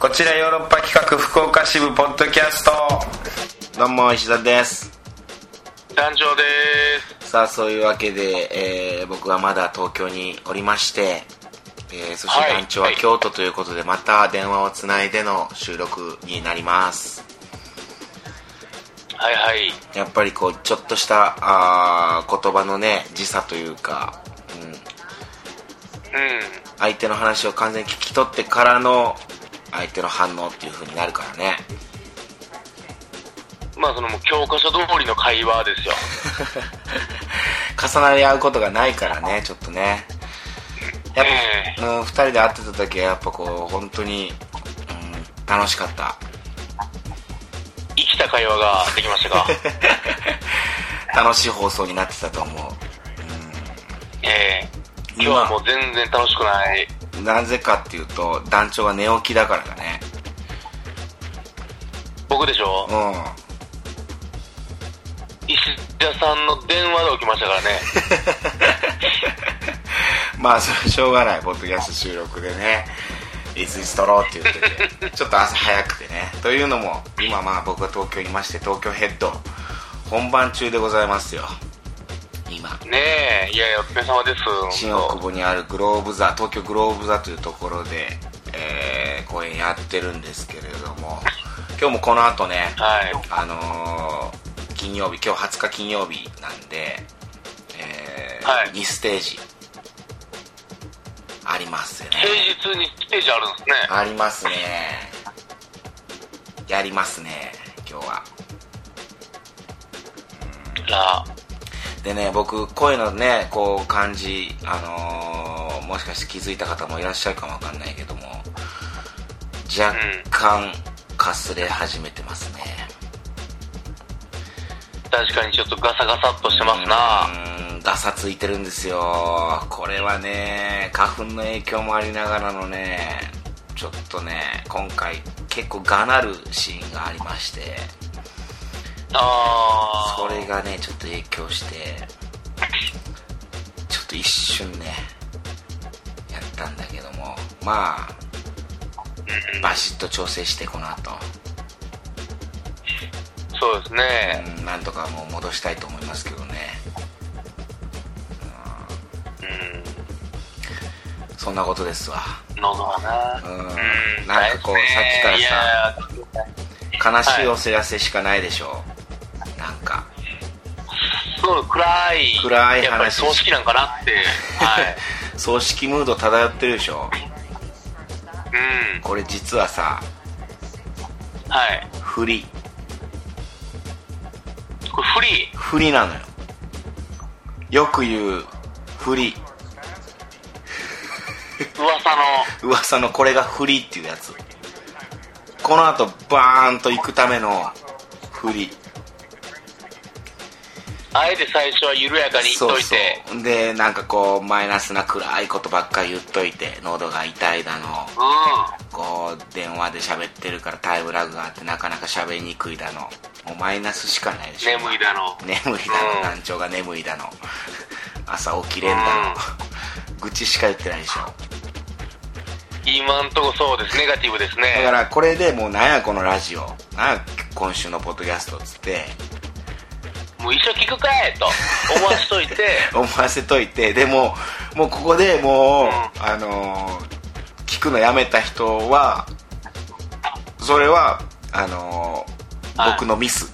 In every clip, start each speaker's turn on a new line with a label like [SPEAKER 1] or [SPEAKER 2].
[SPEAKER 1] こちらヨーロッパ企画福岡支部ポッドキャスト
[SPEAKER 2] どうも石田です
[SPEAKER 3] 団長です
[SPEAKER 2] さあそういうわけで、えー僕はまだ東京におりまして、えーそして
[SPEAKER 3] はい
[SPEAKER 2] 団長は京都ということで、また電話をつないでの収録になります
[SPEAKER 3] はいはい
[SPEAKER 2] やっぱりこうちょっとしたあー言葉のね時差というか、うん、
[SPEAKER 3] う
[SPEAKER 2] 相手の話を完全に聞き取ってからの相手の反応っていう風になるからね
[SPEAKER 3] んまあそのもう教科書通りの会話ですよ
[SPEAKER 2] 重なり合うことがないからねちょっとねやっ
[SPEAKER 3] え
[SPEAKER 2] ぱ、うん、2人で会ってた時はやっぱこう本当に、うん、楽しかった
[SPEAKER 3] 生きた会話ができました か
[SPEAKER 2] 楽しい放送になってたと思
[SPEAKER 3] ええ今日はもう全然楽しくないう
[SPEAKER 2] なぜかっていうと団長が寝起きだからだね
[SPEAKER 3] 僕でしょ
[SPEAKER 2] う
[SPEAKER 3] 石田さんの電話で起きましたからね
[SPEAKER 2] んまあそれはしょうがないポッドキャスト収録でねいついつ撮ろうって言ってて ちょっと朝早くてねというのも今まあ僕は東京にいまして東京ヘッド本番中でございますよ今
[SPEAKER 3] ねえいやいやお疲れ様です
[SPEAKER 2] 新大久
[SPEAKER 3] 本
[SPEAKER 2] 保にあるグローブ座東京グローブ座というところで、えー公演やってるんですけれども今日もこの後ね、
[SPEAKER 3] 当はい
[SPEAKER 2] あのー金曜日今日20日金曜日なんで、えー
[SPEAKER 3] はい
[SPEAKER 2] 2ステージありますよね
[SPEAKER 3] 平日にステージあるんですね
[SPEAKER 2] ありますねやりますね今日は
[SPEAKER 3] あ
[SPEAKER 2] でね僕声のねこう感じあのーもしかして気づいた方もいらっしゃるかもわかんないけども若干かすれ始めてますね、
[SPEAKER 3] 確かにちょっとガサガサっとしてますな
[SPEAKER 2] うーんガサついてるんですよこれはね花粉の影響もありながらのねちょっとね今回結構がなるシーンがありまして
[SPEAKER 3] あ
[SPEAKER 2] そ
[SPEAKER 3] あ
[SPEAKER 2] れがねちょっと影響してちょっと一瞬ねやったんだけどもまあバシッと調整してこの後
[SPEAKER 3] そうですね
[SPEAKER 2] うんなんとかもう戻したいと思いますけどね
[SPEAKER 3] う
[SPEAKER 2] そんなことですわ
[SPEAKER 3] ん喉はな
[SPEAKER 2] うんなん
[SPEAKER 3] うん
[SPEAKER 2] かこうさっきからさ悲
[SPEAKER 3] いや
[SPEAKER 2] しいお知らせしかないでしょう、なんか
[SPEAKER 3] そう暗い
[SPEAKER 2] 暗い話
[SPEAKER 3] やっぱり葬式なんかなってはい
[SPEAKER 2] 葬式ムード漂ってるでしょ
[SPEAKER 3] うん
[SPEAKER 2] これ実はさ
[SPEAKER 3] はい
[SPEAKER 2] 不利
[SPEAKER 3] これフリー
[SPEAKER 2] 不利なのよよく言う不利
[SPEAKER 3] 噂の
[SPEAKER 2] 噂のこれが不利っていうやつこの後バーンと行くための不利
[SPEAKER 3] あえて最初は緩やかに言っといて
[SPEAKER 2] そうそうでなんかこうマイナスな暗いことばっかり言っといて喉が痛いだの
[SPEAKER 3] うん
[SPEAKER 2] こう電話で喋ってるからタイムラグがあってなかなか喋りにくいだのもうマイナスしかないでしょ
[SPEAKER 3] 眠いだの
[SPEAKER 2] 眠いだ
[SPEAKER 3] うん
[SPEAKER 2] の難聴が眠いだの 朝起きれんだの愚痴しか言ってないでしょ
[SPEAKER 3] 今んとこそうですネガティブです
[SPEAKER 2] だか
[SPEAKER 3] ね
[SPEAKER 2] らこれでもうなんやこのラジオなんや今週のポッドキャストっつって
[SPEAKER 3] もう一生聞くかいと思わしといて
[SPEAKER 2] 思わせといてでももうここでもう、
[SPEAKER 3] うん
[SPEAKER 2] あのー聞くのやめた人はそれはあのー
[SPEAKER 3] はい
[SPEAKER 2] 僕のミス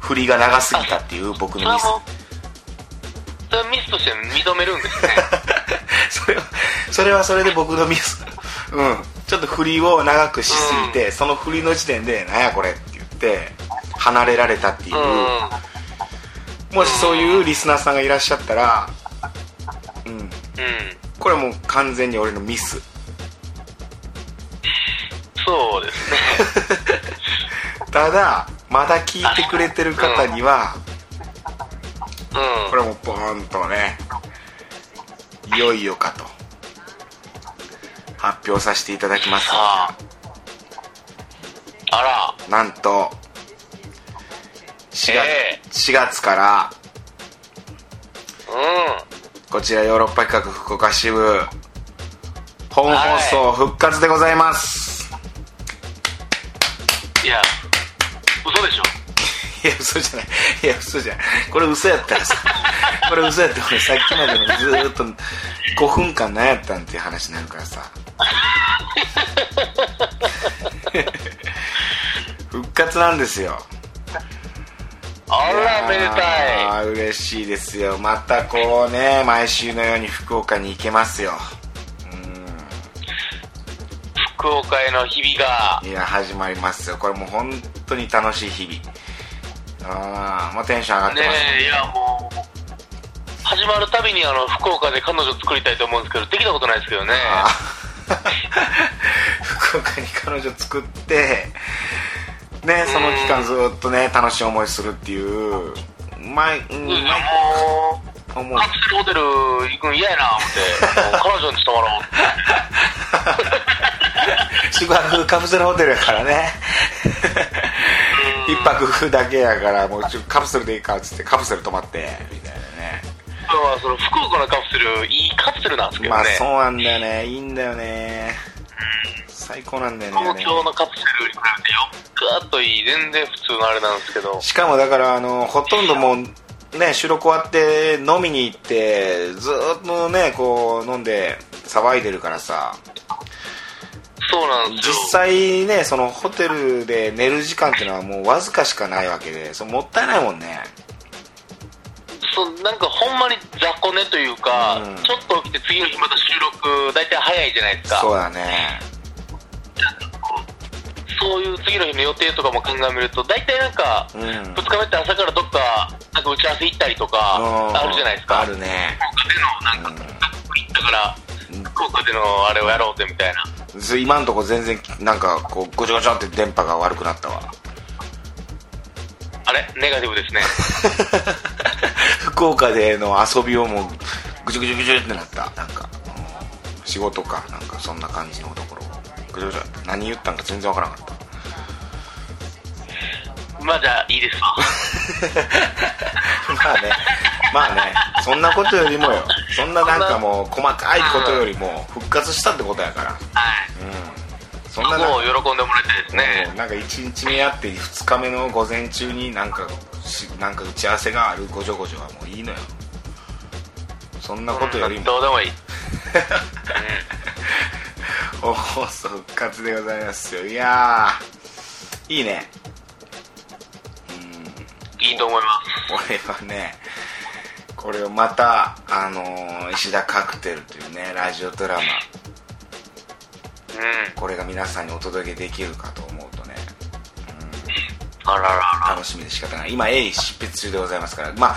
[SPEAKER 2] 振りが長すぎたっていう僕
[SPEAKER 3] それ
[SPEAKER 2] の
[SPEAKER 3] は
[SPEAKER 2] ミス
[SPEAKER 3] もうそれはミスとして認めるんですね
[SPEAKER 2] それはそれはそれで僕のミスうんちょっと振りを長くしすぎて、その振りの時点で「なんやこれ」って言って離れられたっていう、
[SPEAKER 3] うん
[SPEAKER 2] もしそういうリスナーさんがいらっしゃったらうん
[SPEAKER 3] うん
[SPEAKER 2] これはもう完全に俺のミス
[SPEAKER 3] そうですね
[SPEAKER 2] ただまだ聞いてくれてる方には
[SPEAKER 3] うん
[SPEAKER 2] これはもうポーンとねいよいよかと発表させていただきます
[SPEAKER 3] さああら
[SPEAKER 2] なんと4月,、
[SPEAKER 3] ええ
[SPEAKER 2] 4月から
[SPEAKER 3] うん
[SPEAKER 2] こちらヨーロッパ企画福岡支部本放送復活でございます、
[SPEAKER 3] いや、嘘でしょ。
[SPEAKER 2] い、や嘘じゃないいや嘘じゃないこれ嘘やった らさこれ嘘やったら俺さっきまでのずーっと5分間何やったんっていう話になるから さ復活なんですよ
[SPEAKER 3] あら、めでたい。
[SPEAKER 2] いやー嬉しいですよまたこうね毎週のように福岡に行けますよ
[SPEAKER 3] 福岡への日々が、
[SPEAKER 2] いや始まりますよこれもう本当に楽しい日々ああもうテンション上がって
[SPEAKER 3] ね
[SPEAKER 2] ます、
[SPEAKER 3] え、いや、もう、始まるたびに、あの、福岡で彼女作りたいと思うんですけど、できたことないですけどね。
[SPEAKER 2] あー福岡に彼女作ってねその期間ずっとね楽しい思いするっていう毎うん
[SPEAKER 3] うん、
[SPEAKER 2] 毎
[SPEAKER 3] も
[SPEAKER 2] 回思
[SPEAKER 3] う、
[SPEAKER 2] う
[SPEAKER 3] カプセルホテル行くん嫌やな、思っ て。もう彼女にしてもらおう。
[SPEAKER 2] 宿泊カプセルホテルやからね一泊だけやからもうちょカプセルでいいかっつってカプセル泊まってみたいなね
[SPEAKER 3] 今日は、その、福岡のカプセル、いいカプセルなんですけど
[SPEAKER 2] まあ
[SPEAKER 3] ね。
[SPEAKER 2] そうなんだよねいいんだよね最高なんだよね
[SPEAKER 3] 東京のカプセルに比べて、よっかっといい、全然普通のあれなんですけど。
[SPEAKER 2] しかもだからあのほとんどもうね収録終わって飲みに行ってずーっとねこう飲んで騒いでるからさ
[SPEAKER 3] そうなん
[SPEAKER 2] 実
[SPEAKER 3] ですよ。
[SPEAKER 2] 際ねそのホテルで寝る時間っていうのはもうわずかしかないわけでそれもったいないもんね
[SPEAKER 3] そうなんかほんまに雑魚寝というか、
[SPEAKER 2] うん
[SPEAKER 3] ちょっと起きて次の日また収録大体早いじゃないですか
[SPEAKER 2] そ
[SPEAKER 3] そう
[SPEAKER 2] うだね
[SPEAKER 3] いう次の日の予定とかも鑑みると大体なんか、
[SPEAKER 2] う
[SPEAKER 3] 二
[SPEAKER 2] ん
[SPEAKER 3] 2日目って朝からどっかなんか打ち合わせ行ったりとかあるじゃないですか
[SPEAKER 2] あるね
[SPEAKER 3] 福岡でのなんか行ったから福岡でのあれをやろうぜみたいな
[SPEAKER 2] ず今んとこ全然なんかこうごちょごちょって電波が悪くなったわ
[SPEAKER 3] あれネガティブで すね
[SPEAKER 2] 福岡での遊びをもうぐちょぐちょぐちょってなったなんか、うん仕事かなんかそんな感じのところぐちょぐちょ何言ったんか全然わからなかった
[SPEAKER 3] まあじゃあいいですわ
[SPEAKER 2] まあねまあねそんなことよりもよそんななんかもう細かいことよりも復活したってことやから
[SPEAKER 3] はい
[SPEAKER 2] うんそん
[SPEAKER 3] そ
[SPEAKER 2] な
[SPEAKER 3] こを
[SPEAKER 2] な
[SPEAKER 3] 喜んでもらいたいですね
[SPEAKER 2] なんか1日目あって2日目の午前中になんかしなんか打ち合わせがあるごちょごちょはもういいのよそんなことよりも
[SPEAKER 3] どうでもいい
[SPEAKER 2] 放送復活でございますよいやーいいね
[SPEAKER 3] いいと思います
[SPEAKER 2] 俺はねこれをまたあのー石田カクテルというねラジオドラマ
[SPEAKER 3] うん
[SPEAKER 2] これが皆さんにお届けできるかと思うとね
[SPEAKER 3] あららら
[SPEAKER 2] 楽しみで仕方ない今鋭意執筆中でございますからまあ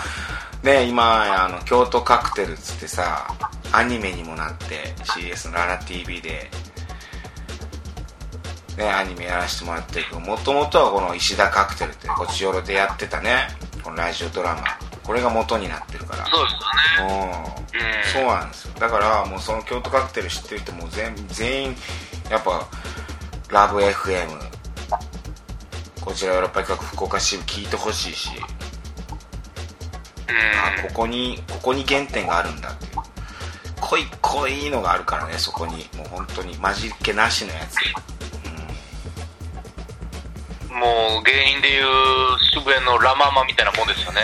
[SPEAKER 2] ね今あの京都カクテルっつってさアニメにもなって CS のララ TV でねアニメやらせてもらってるけどもともとはこの石田カクテルってこちよろでやってたねこのラジオドラマこれが元になってるから
[SPEAKER 3] そうですよ
[SPEAKER 2] う
[SPEAKER 3] ね
[SPEAKER 2] ん
[SPEAKER 3] うん
[SPEAKER 2] そうなんですよだからもうその京都カクテル知ってる人も全全員やっぱラブ FM こちらヨーロッパ企画福岡支部聞いてほしいし、
[SPEAKER 3] うん
[SPEAKER 2] ここにここに原点があるんだっていう濃い濃いのがあるからねそこにもう本当に混じっ気なしのや つ
[SPEAKER 3] もう芸人でいう渋谷のラママみたいなもんですよ ね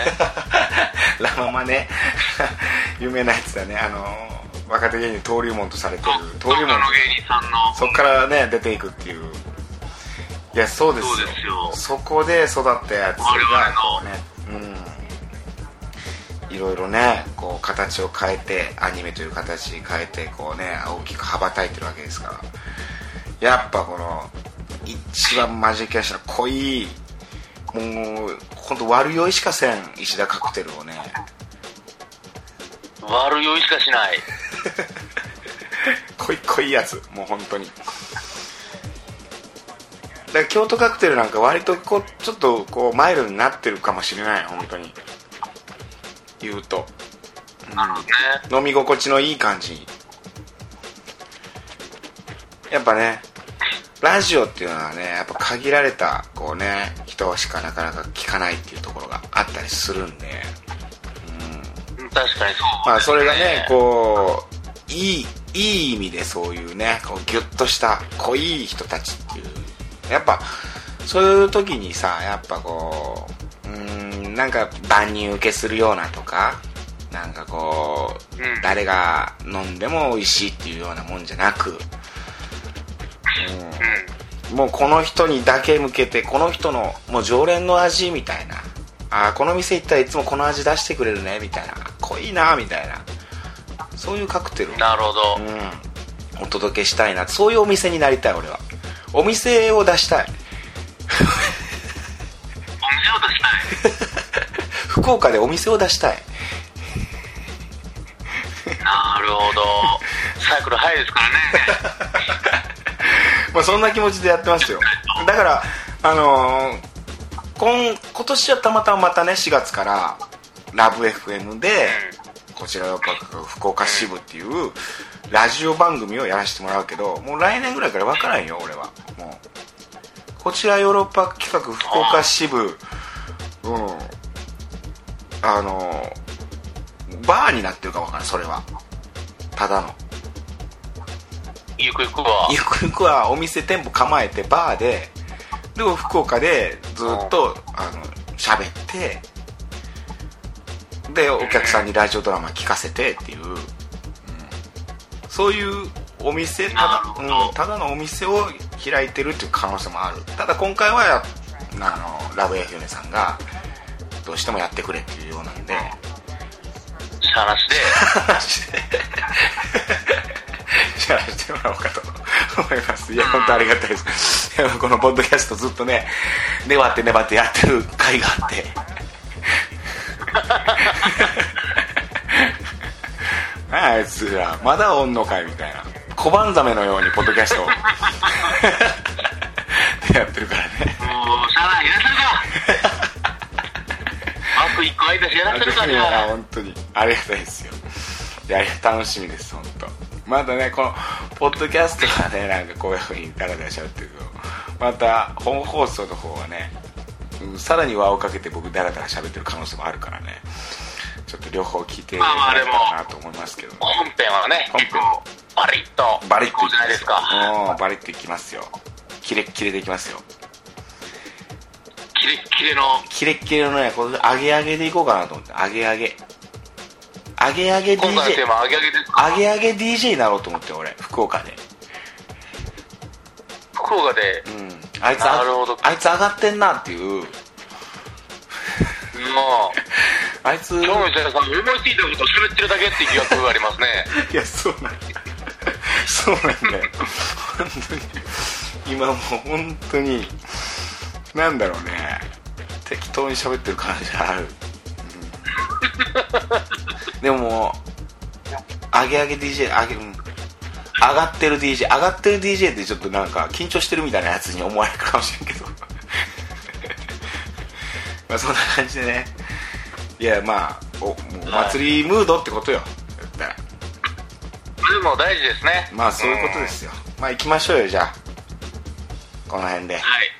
[SPEAKER 2] ラママね 有名なやつだねあの若手芸人登竜門とされてる
[SPEAKER 3] 東
[SPEAKER 2] 登
[SPEAKER 3] 京
[SPEAKER 2] 竜
[SPEAKER 3] の芸
[SPEAKER 2] 門
[SPEAKER 3] 人さんの
[SPEAKER 2] そこからね出ていくっていういやそうですよ
[SPEAKER 3] そうですよ
[SPEAKER 2] そこで育ったやつが
[SPEAKER 3] 我々の
[SPEAKER 2] こうねうんいろいろねこう形を変えてアニメという形に変えてこうね大きく羽ばたいてるわけですからやっぱこの一番マジックやした濃いもう本当悪酔いしかせん石田カクテルをね
[SPEAKER 3] 悪酔いしかしない
[SPEAKER 2] 濃い濃いやつもう本当にだから京都カクテルなんか割とこうちょっとこうマイルドになってるかもしれない本当に言うと
[SPEAKER 3] なるほどね
[SPEAKER 2] 飲み心地のいい感じやっぱねラジオっていうのはねやっぱ限られたこうね人しかなかなか聞かないっていうところがあったりするんで
[SPEAKER 3] うん確かにそう
[SPEAKER 2] まあそれがねこういいいい意味でそういうねこうギュッとした濃い人たちっていうやっぱそういう時にさやっぱこううーんなんか万人受けするようなとかなんかこう、
[SPEAKER 3] うん
[SPEAKER 2] 誰が飲んでも美味しいっていうようなもんじゃなく、
[SPEAKER 3] うん
[SPEAKER 2] うん、もうこの人にだけ向けてこの人のもう常連の味みたいなあーこの店行ったらいつもこの味出してくれるねみたいな濃いなみたいなそういうカクテルを
[SPEAKER 3] なるほど、
[SPEAKER 2] うん、お届けしたいなそういうお店になりたい俺はお店を出したい福岡でお店を出したい
[SPEAKER 3] なるほどサイクル早いですからね
[SPEAKER 2] まあそんな気持ちでやってますよだからあのー今今年はたまたままたね4月からラブ f m でこちらやっぱ福岡支部っていうラジオ番組をやらせてもらうけどもう来年ぐらいから分からんよ俺はもうこちらヨーロッパ企画福岡支部うんあのーバーになってるか分からんそれはただの
[SPEAKER 3] ゆくゆくは
[SPEAKER 2] ゆくゆくはお店店舗構えてバーででも福岡でずっとあの喋ってでお客さんにラジオドラマ聞かせてっていう、うんそういうお店ただ,、うん、ただのお店を開いてるっていう可能性もあるただ今回はあのラブエフユネさんがどうしてもやってくれっていうようなんで
[SPEAKER 3] しゃらしで
[SPEAKER 2] 話でじゃあしてもらおうかと思いますいや本当ありがたいです いやこのポッドキャストずっとね粘って粘ってやってる回があって 何やあいつらまだおんのかいみたいな小判ザメのようにポッドキャストを ってやってるからね
[SPEAKER 3] もうしゃらいやらせる かあと一個空いたしやらせるか
[SPEAKER 2] い
[SPEAKER 3] じ
[SPEAKER 2] や
[SPEAKER 3] ゃあ
[SPEAKER 2] 本当にありがたいですよいや楽しみです本当またねこのポッドキャストはね なんかこういうふうにダラダラしゃってるけどまた本放送の方はね、うんさらに輪をかけて僕ダラダラ喋ってる可能性もあるからねちょっと両方聞いていただけたらなと思いますけどね
[SPEAKER 3] 本編はね
[SPEAKER 2] 本編
[SPEAKER 3] 結構バリッと
[SPEAKER 2] バリッ
[SPEAKER 3] いことうじゃないですか
[SPEAKER 2] うんバリッといきますよキレッキレでいきますよ
[SPEAKER 3] キレッキレの
[SPEAKER 2] キレッキレのねこれ上げ上げでいこうかなと思って上げ上げ上げ上げ DJ
[SPEAKER 3] 今回のテーマ上げ上げですか
[SPEAKER 2] あげあげ DJ になろうと思って俺福岡で
[SPEAKER 3] 福岡で
[SPEAKER 2] うんあいつ
[SPEAKER 3] なるほど
[SPEAKER 2] あいつ上がってんなっていう
[SPEAKER 3] もう
[SPEAKER 2] あいつ
[SPEAKER 3] 今日の石田さん思いついたことを喋ってるだけっていう疑惑がありますね
[SPEAKER 2] いやそうなんだそうなんだよ本当に今もう本当になんだろうね適当に喋ってる感じがある、うん、でももう上げ上げ DJ 上げ、うん、上がってる DJ 上がってる DJ ってちょっとなんか緊張してるみたいなやつに思われるかもしれんけど まあそんな感じでねいやまあおもう祭りムードってことよ言ったら
[SPEAKER 3] それも大事ですね
[SPEAKER 2] まあそういうことですよ、まあ行きましょうよじゃあこの辺で
[SPEAKER 3] うんはい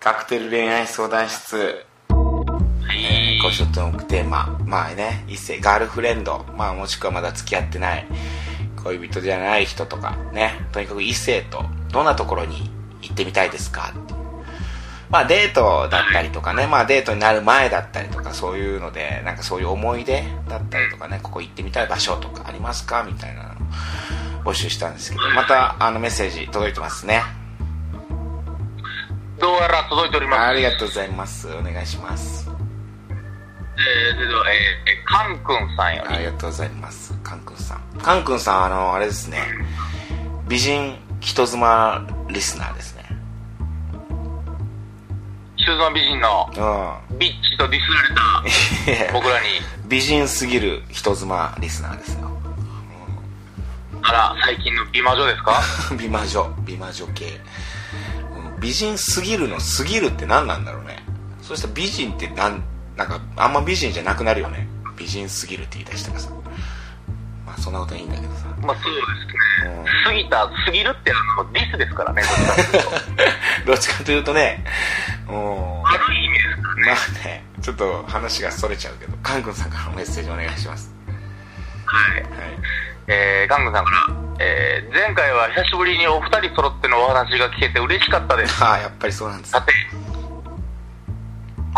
[SPEAKER 2] カクテル恋愛相談室
[SPEAKER 3] はい
[SPEAKER 2] 今週のトークテーマまあね一世ガールフレンドまあもしくはまだ付き合ってない恋人じゃない人とかねとにかく異性とどんなところに行ってみたいですかってまあデートだったりとかね、まあデートになる前だったりとかそういうので、なんかそういう思い出だったりとかね、ここ行ってみたい場所とかありますかみたいなのを募集したんですけど、またあのメッセージ届いてますね。
[SPEAKER 3] どうやら届いております
[SPEAKER 2] ありがとうございます。お願いします。
[SPEAKER 3] えー、それでは、えー、カンくんさんより
[SPEAKER 2] ありがとうございます。カンくんさん。カンくんさん、あの、あれですね。美人人妻リスナーですね。
[SPEAKER 3] 修造美人の
[SPEAKER 2] う
[SPEAKER 3] ビッチとディスられた
[SPEAKER 2] んいや。
[SPEAKER 3] 僕らに
[SPEAKER 2] 美人すぎる人妻リスナーですよ。
[SPEAKER 3] あら最近の美魔女で すか
[SPEAKER 2] 美魔女美魔女系、うん美人すぎるのすぎるって何なんだろうねそしたら美人ってなんなんかあんま美人じゃなくなるよね美人すぎるって言い出したらさまあそんなことはいいんだけどさ
[SPEAKER 3] まあそうですね過ぎた過ぎるってあのディスですからねこちら
[SPEAKER 2] どっちかというとねうんま
[SPEAKER 3] 悪い意味ですからね
[SPEAKER 2] あねちょっと話がそれちゃうけどカン君さんからのメッセージお願いします
[SPEAKER 3] はい
[SPEAKER 2] はい
[SPEAKER 3] えー、ガングさんから、えー、前回は久しぶりにお二人揃ってのお話が聞けて嬉しかったです。
[SPEAKER 2] ああ、やっぱりそうなんです
[SPEAKER 3] さ
[SPEAKER 2] ね。
[SPEAKER 3] て、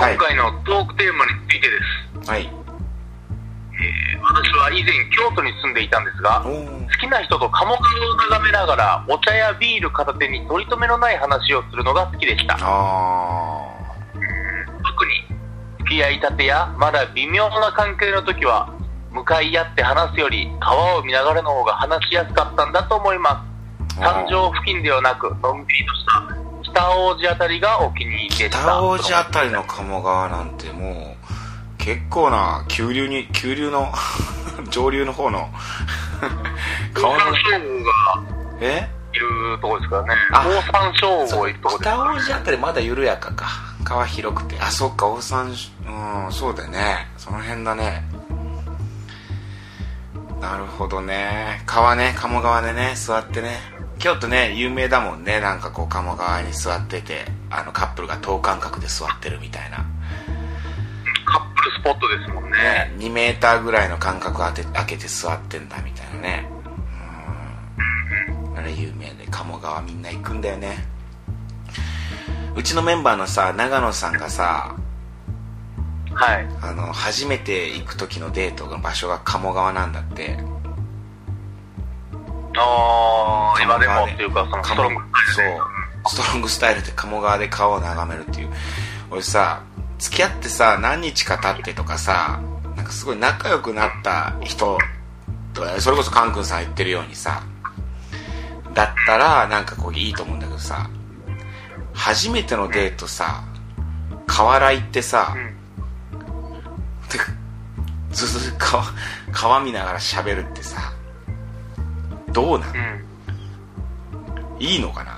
[SPEAKER 2] はい
[SPEAKER 3] 今回のトークテーマについてです。
[SPEAKER 2] はい。
[SPEAKER 3] えー私は以前京都に住んでいたんですが、
[SPEAKER 2] おー
[SPEAKER 3] 好きな人と鴨川を眺めながらお茶やビール片手に取り留めのない話をするのが好きでした
[SPEAKER 2] あ
[SPEAKER 3] 特に付き合いたてやまだ微妙な関係の時は向かい合って話すより川を見ながらの方が話しやすかったんだと思います
[SPEAKER 2] あー
[SPEAKER 3] 山上付近ではなくのんびりとした北王子あたりがお気に入りでした
[SPEAKER 2] あ。北王子あたりの鴨川なんてもう、結構な、急流に、急流の、 上流の方の、
[SPEAKER 3] 大
[SPEAKER 2] 川
[SPEAKER 3] 山
[SPEAKER 2] の、
[SPEAKER 3] 椒が
[SPEAKER 2] え
[SPEAKER 3] いるとこですからね
[SPEAKER 2] あ
[SPEAKER 3] 大山椒
[SPEAKER 2] そ
[SPEAKER 3] が
[SPEAKER 2] う
[SPEAKER 3] いるとこです
[SPEAKER 2] 北王子あたりまだ緩やかか川広くてあそっか大山うんそうだよねその辺だねなるほどね川ね鴨川でね座ってね京都ね有名だもんねなんかこう鴨川に座っててあのカップルが等間隔で座ってるみたいな、
[SPEAKER 3] カップルスポットですもんね
[SPEAKER 2] ね、2メーターぐらいの間隔当て開けて座ってんだみたいなねうんあれ有名で鴨川みんな行くんだよねうちのメンバーのさ長野さんがさ
[SPEAKER 3] はい
[SPEAKER 2] あの初めて行く時のデートの場所が鴨川なんだって
[SPEAKER 3] ああ、今で
[SPEAKER 2] 鴨
[SPEAKER 3] も
[SPEAKER 2] 川で
[SPEAKER 3] っていうか、そのスト
[SPEAKER 2] 鴨
[SPEAKER 3] ロングスタイ
[SPEAKER 2] そ
[SPEAKER 3] ルで
[SPEAKER 2] うストロングスタイルで鴨川で川を眺めるっていう俺さ付き合ってさ何日か経ってとかさなんかすごい仲良くなった人とそれこそカン君さん言ってるようにさだったらなんかこういいと思うんだけどさ初めてのデートさ河原行ってさ、 てかずっと川川見ながら喋るってさどうなん
[SPEAKER 3] うん。うん。
[SPEAKER 2] いいのかな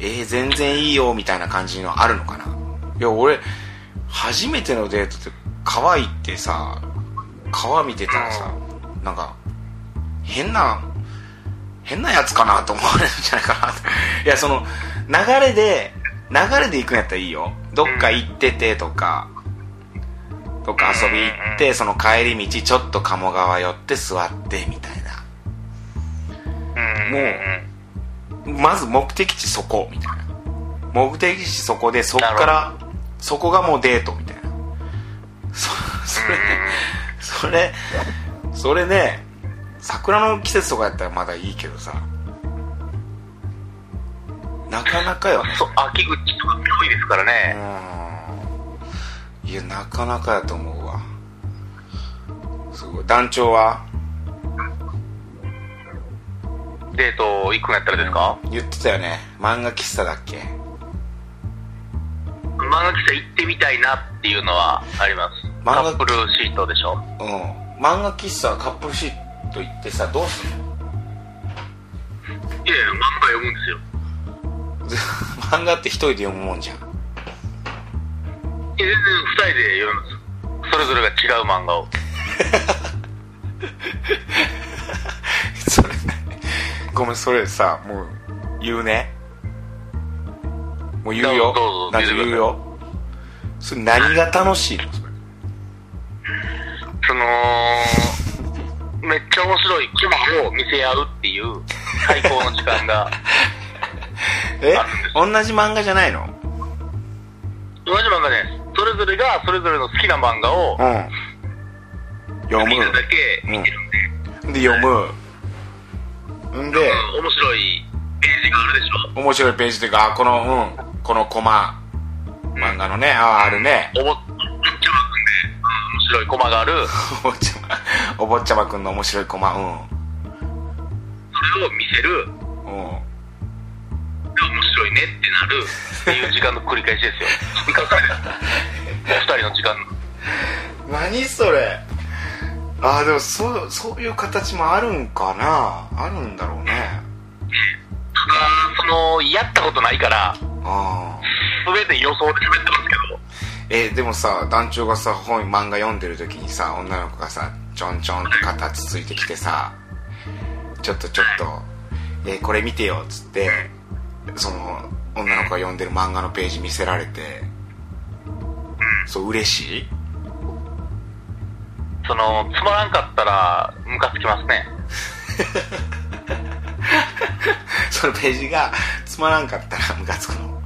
[SPEAKER 2] えー、全然いいよみたいな感じのあるのかないや俺初めてのデートって川行ってさ川見てたらさなんか変な変なやつかなと思われるんじゃないかなって いやその流れで流れで行くんやったらいいよどっか行っててとかどっか遊び行ってその帰り道ちょっと鴨川寄って座ってみたいな
[SPEAKER 3] うん。
[SPEAKER 2] もうまず目的地そこみたいな目的地そこでそこか
[SPEAKER 3] な
[SPEAKER 2] らそこがもうデートみたいなそ それそれそれね桜の季節とかやったらまだいいけどさなかなかよね
[SPEAKER 3] そう、秋口とか多いですから
[SPEAKER 2] う
[SPEAKER 3] ね。
[SPEAKER 2] ーんいやなかなかやと思うわすごい団長は
[SPEAKER 3] デート行くんやったらですか
[SPEAKER 2] 言ってたよね漫画喫茶だっけ
[SPEAKER 3] 漫画喫茶行ってみたいなっていうのはあります。
[SPEAKER 2] 漫
[SPEAKER 3] カ
[SPEAKER 2] 画
[SPEAKER 3] ップルシートでしょ。
[SPEAKER 2] うん漫画喫茶カップルシート行ってさどうすんの
[SPEAKER 3] いやいや、漫画読むんですよ。
[SPEAKER 2] 漫画って一人で読むもんじゃん
[SPEAKER 3] いや全然二人で読みます。それぞれが違う漫画を。
[SPEAKER 2] それごめんそれさもう言うねもう言うよ
[SPEAKER 3] どうぞどうぞ
[SPEAKER 2] なんか
[SPEAKER 3] 言う
[SPEAKER 2] 言
[SPEAKER 3] てください
[SPEAKER 2] うよそれ何が楽しいのそれ
[SPEAKER 3] その、めっちゃ面白い気分を見せ合うっていう最高の時間 が。
[SPEAKER 2] え同じ漫画じゃないの
[SPEAKER 3] 同じ漫画ね、それぞれがそれぞれの好きな漫画を
[SPEAKER 2] うん読
[SPEAKER 3] みんなだ
[SPEAKER 2] む
[SPEAKER 3] け見てるんで、
[SPEAKER 2] で読むんで
[SPEAKER 3] うん面白いページがあるでし
[SPEAKER 2] 面白いページというかあこのうんこのコマ漫画のねああるね
[SPEAKER 3] ょ。おぼっちゃまくんで、うん面白いコマがある。
[SPEAKER 2] お坊ちゃまお坊ちゃまくんの面白いコマうん
[SPEAKER 3] それを見せる。で
[SPEAKER 2] うん
[SPEAKER 3] 面白いねってなるっていう時間の繰り返し ですよ。繰り返しです。お二人の時間の。
[SPEAKER 2] 何それあーでもそうそういう形もあるんかなあるんだろうね
[SPEAKER 3] ただ、その、やったことないから、
[SPEAKER 2] ああ
[SPEAKER 3] すべて予想で喋ってます
[SPEAKER 2] え
[SPEAKER 3] けど。
[SPEAKER 2] でもさ団長がさ本漫画読んでる時にさ女の子がさちょんちょんって肩つついてきてさちょっとちょっと、えーこれ見てよっつってその女の子が読んでる漫画のページ見せられてそう嬉しい
[SPEAKER 3] そのつまらんかったらムカつきますね
[SPEAKER 2] そのページがつまらんかったらムカつくの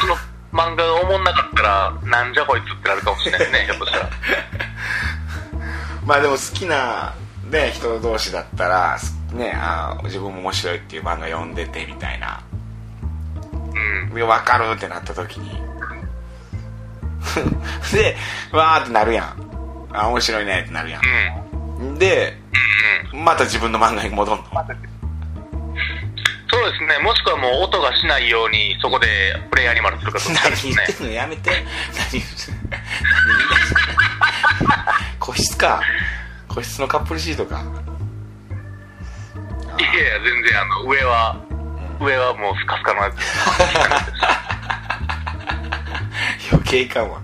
[SPEAKER 3] その漫画がおもんなかったらなんじゃこいつってなるかもしれないです ねひょっとしたら
[SPEAKER 2] まあでも好きな、ね、人同士だったら、すね、あー自分も面白いっていう漫画読んでてみたいな
[SPEAKER 3] うん
[SPEAKER 2] で分かるってなった時に でわーってなるやんあ面白いねってなるや
[SPEAKER 3] うん
[SPEAKER 2] んでまた自分の漫画に戻んの
[SPEAKER 3] そうですねもしくはもう音がしないようにそこでプレイアニマルするかとか
[SPEAKER 2] 何
[SPEAKER 3] です
[SPEAKER 2] 言
[SPEAKER 3] ね
[SPEAKER 2] ってんのやめて何言ってんの何言い出した 個室か個室のカップルシートか
[SPEAKER 3] いやいや全然あの上は上はもうスカスカのやつ
[SPEAKER 2] 余計かも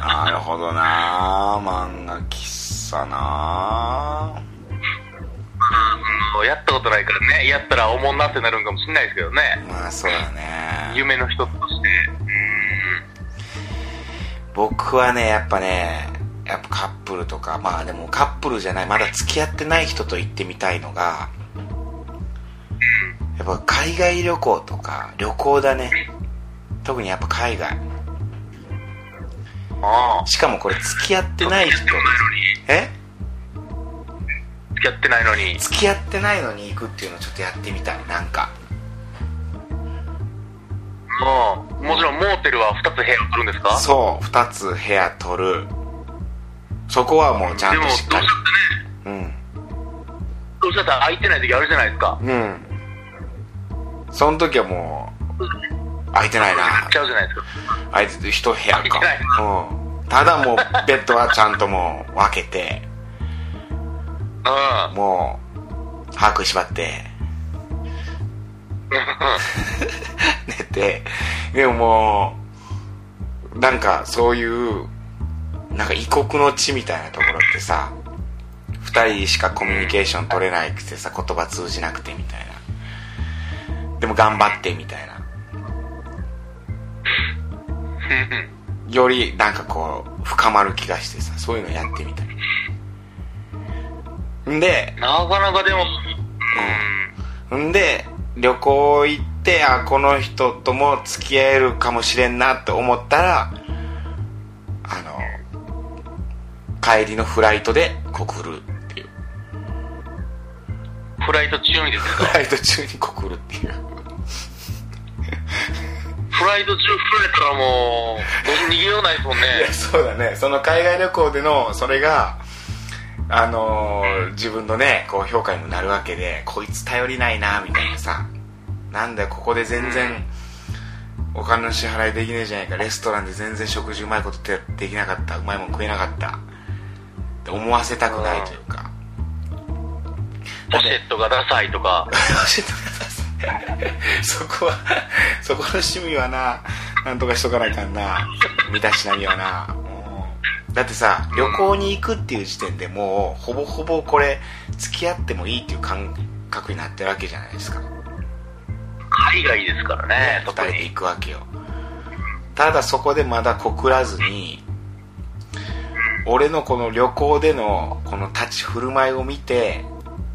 [SPEAKER 2] なるほどな漫画喫茶な
[SPEAKER 3] うんやったことないからねやったらおもんなってなるんかもしれないですけどね
[SPEAKER 2] まあそうだね
[SPEAKER 3] 夢の一つとして
[SPEAKER 2] 僕はねやっぱねやっぱカップルとかまあでもカップルじゃないまだ付き合ってない人と行ってみたいのがやっぱ海外旅行とか旅行だね特にやっぱ海外
[SPEAKER 3] うんああ
[SPEAKER 2] しかもこれ付き合ってない人
[SPEAKER 3] 付き合ってないのに
[SPEAKER 2] え
[SPEAKER 3] 付き合ってないのに
[SPEAKER 2] 付き合ってないのに行くっていうのをちょっとやってみたいなんか
[SPEAKER 3] もうもちろんモーテルは2つ部屋あるんですか
[SPEAKER 2] そう2つ部屋取るそこはもうちゃ
[SPEAKER 3] で
[SPEAKER 2] ん
[SPEAKER 3] も
[SPEAKER 2] と
[SPEAKER 3] どうし
[SPEAKER 2] したっか
[SPEAKER 3] ってね
[SPEAKER 2] りうん
[SPEAKER 3] どうしたって空いてない時あるじゃないですか
[SPEAKER 2] うんその時はもう空いてない
[SPEAKER 3] 買
[SPEAKER 2] な
[SPEAKER 3] っちゃうじゃないですか
[SPEAKER 2] あいつ一部屋
[SPEAKER 3] 空いてない
[SPEAKER 2] か、うん、ただもうベッドはちゃんともう分けて
[SPEAKER 3] うん
[SPEAKER 2] もう把握しばって寝てでももうなんかそういうなんか異国の地みたいなところってさ2人しかコミュニケーション取れないくてさ言葉通じなくてみたいなでも頑張ってみたいなよりなんかこう深まる気がしてさそういうのやってみたいんで
[SPEAKER 3] なかなかでも
[SPEAKER 2] んで旅行行ってあこの人とも付き合えるかもしれんなって思ったらあの帰りのフライトで告るっていう
[SPEAKER 3] フライト中にです
[SPEAKER 2] フ
[SPEAKER 3] か
[SPEAKER 2] ライト中に告るっていう
[SPEAKER 3] フライト中フライトからもうどうしよう逃げようないですもんね
[SPEAKER 2] いやそうだねその海外旅行でのそれがあのー自分のねこう評価にもなるわけでこいつ頼りないなみたいなさなんだよここで全然お金の支払いできねえじゃないかレストランで全然食事うまいことてできなかったうまいもん食えなかったって思わせたくないというか
[SPEAKER 3] ポシェットがダサいとか
[SPEAKER 2] 教えてください そこはそこの趣味はななんとかしとかないかんな身だしなみはなもうだってさ旅行に行くっていう時点でもうほぼほぼこれ付き合ってもいいっていう感覚になってるわけじゃないですか
[SPEAKER 3] 海外ですからね
[SPEAKER 2] 2
[SPEAKER 3] 特
[SPEAKER 2] 人で
[SPEAKER 3] に
[SPEAKER 2] 行くわけよただそこでまだ告らずに俺のこの旅行でのこの立ち振る舞いを見て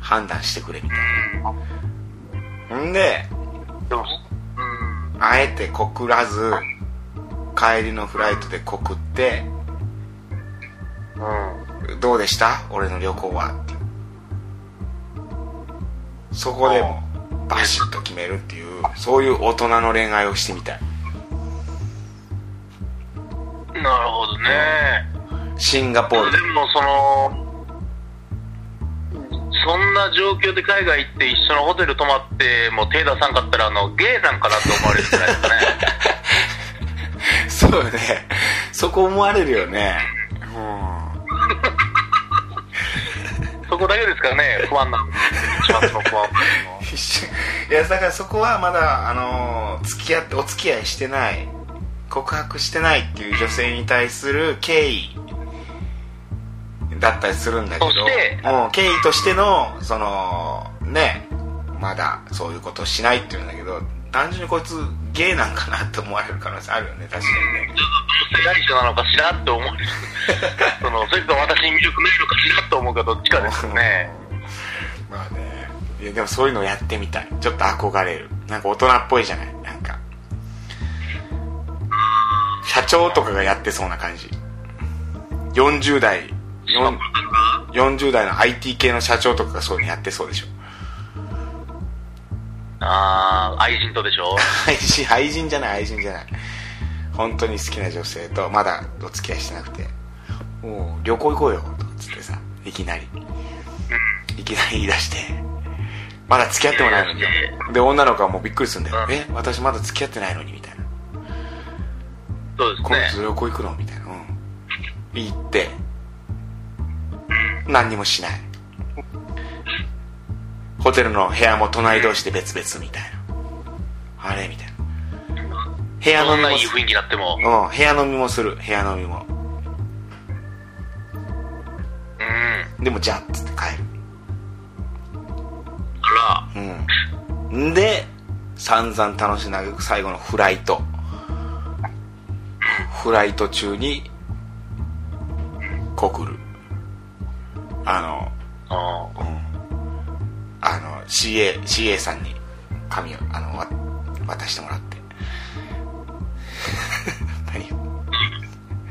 [SPEAKER 2] 判断してくれみたいなんで
[SPEAKER 3] でもうん
[SPEAKER 2] あえて告らず帰りのフライトで告って
[SPEAKER 3] う
[SPEAKER 2] 「
[SPEAKER 3] ん
[SPEAKER 2] どうでした俺の旅行は」ってそこでもバシッと決めるっていうそういう大人の恋愛をしてみたい
[SPEAKER 3] なるほどね
[SPEAKER 2] シンガポ
[SPEAKER 3] で
[SPEAKER 2] ールで
[SPEAKER 3] もそのそんな状況で海外行って一緒のホテル泊まってもう手出さんかったらあのゲイなんかなって思われるじゃないですかね
[SPEAKER 2] そうねそこ思われるよねうん
[SPEAKER 3] そこだけですからね不安なの一番の不安
[SPEAKER 2] 一瞬 いやだからそこはまだあの付き合ってお付き合いしてない告白してないっていう女性に対する敬意だったりするんだけど
[SPEAKER 3] そして
[SPEAKER 2] うん敬意としてのそのねまだそういうことをしないっていうんだけど単純にこいつゲイなんかなって思われる可能性あるよね確かにね
[SPEAKER 3] 世代人なのかしらって思う そのそれとも私に魅力ないのかしらって思うかどっちかですよね
[SPEAKER 2] まあねいやでもそういうのやってみたいちょっと憧れるなんか大人っぽいじゃないなんか社長とかがやってそうな感じ40代よん40代の IT 系の社長とかがそういうのやってそうでしょ
[SPEAKER 3] ああ愛人とでしょ
[SPEAKER 2] 愛人 愛人じゃない愛人じゃない本当に好きな女性とまだお付き合いしてなくて「もう旅行行こうよ」とかっつってさいきなりいきなり言い出してまだ付き合ってもないのによで女の子はもうびっくりするんだよ「
[SPEAKER 3] うん
[SPEAKER 2] え私まだ付き合ってないのに」みたいな
[SPEAKER 3] そう
[SPEAKER 2] 「今
[SPEAKER 3] で
[SPEAKER 2] 度
[SPEAKER 3] すね
[SPEAKER 2] 旅行行くの?」みたいなうん行って何にもしないホテルの部屋も隣同士で別々みたいなあれみたいな部屋
[SPEAKER 3] そ
[SPEAKER 2] の
[SPEAKER 3] ん
[SPEAKER 2] 荷
[SPEAKER 3] な
[SPEAKER 2] 物
[SPEAKER 3] いい雰囲気になっても
[SPEAKER 2] うん、部屋飲みもする、部屋飲みも。
[SPEAKER 3] うんあ
[SPEAKER 2] でも、じゃあ、つって帰
[SPEAKER 3] ら
[SPEAKER 2] る。うん。んで、散々楽しんだ最後のフライト。フライト中に、告る。あの、
[SPEAKER 3] あー
[SPEAKER 2] あの、CA、CA さんに、紙を、あの、わ渡してもらって。 何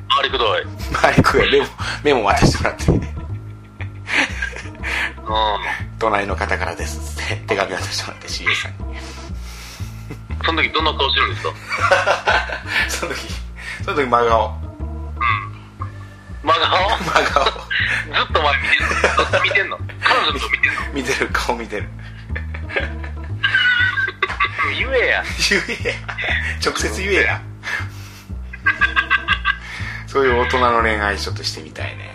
[SPEAKER 3] あれくどいうん
[SPEAKER 2] マリクがメモ、メモ渡してもらって。隣の方からです って手紙渡してもらって CA さんに
[SPEAKER 3] その時どんな顔してるんですか
[SPEAKER 2] その時その時真顔
[SPEAKER 3] 真顔
[SPEAKER 2] 真顔
[SPEAKER 3] ずっと前見てるずっと見てんの彼女のこと見てんの
[SPEAKER 2] 見てる顔見てる
[SPEAKER 3] 言えや
[SPEAKER 2] 言えや直接言えや そういう大人の恋愛ちょっとしてみたいね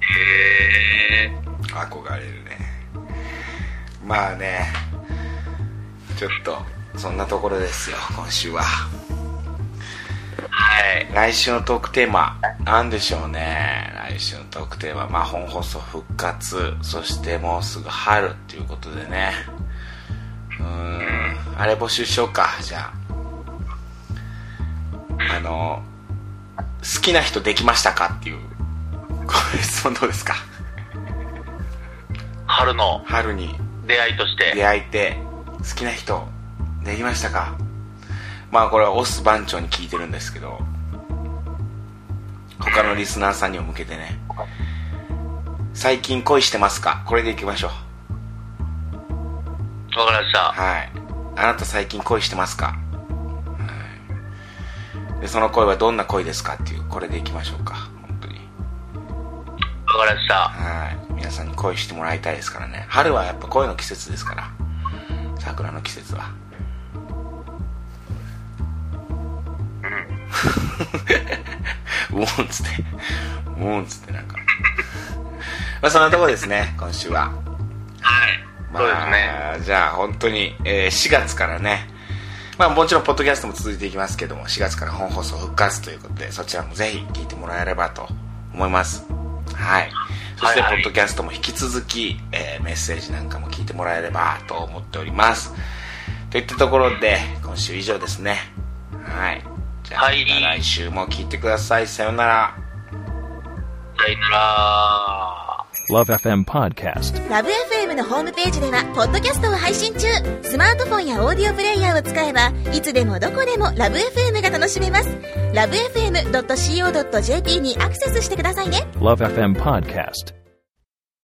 [SPEAKER 3] へえ
[SPEAKER 2] 憧れるねまあねちょっとそんなところですよ今週は
[SPEAKER 3] はい
[SPEAKER 2] 来週のトークテーマなんでしょうね来週のトークテーマまあ本放送復活そしてもうすぐ春っていうことでねうーんあれ募集しようかじゃああの好きな人できましたかっていうこれ質問どうですか
[SPEAKER 3] 春の
[SPEAKER 2] 春に
[SPEAKER 3] 出会いとして
[SPEAKER 2] 出会えて好きな人できましたかまあこれはオス番長に聞いてるんですけど他のリスナーさんにも向けてね最近恋してますかこれでいきましょう
[SPEAKER 3] わかりました
[SPEAKER 2] はいあなた最近恋してますか、はい、でその恋はどんな恋ですかっていうこれでいきましょうか本当に
[SPEAKER 3] わかりました
[SPEAKER 2] はい皆さんに恋してもらいたいですからね春はやっぱ恋の季節ですから桜の季節はうん うおんっつってうおんっつってなんかまあそんなとこですね今週は
[SPEAKER 3] はい
[SPEAKER 2] ま
[SPEAKER 3] そうですね
[SPEAKER 2] あじゃあ本当に、えー4月からねまあもちろんポッドキャストも続いていきますけども4月から本放送復活ということでそちらもぜひ聞いてもらえればと思いますはいそしてポ
[SPEAKER 3] はいはい
[SPEAKER 2] ッドキャストも引き続き、えーメッセージなんかも聞いてもらえればと思っておりますといったところで今週以上ですねはいじゃあ、
[SPEAKER 3] はい
[SPEAKER 2] また来週も聞いてくださいさようなら
[SPEAKER 3] さよなら
[SPEAKER 4] Love FM Podcast.
[SPEAKER 5] ラブ f m のホームページではポッドキャストを配信中スマートフォンやオーディオプレイヤーを使えばいつでもどこでもラブ f m が楽しめますラブ FM.co.jp にアクセスしてくださいね
[SPEAKER 4] Love FM Podcast.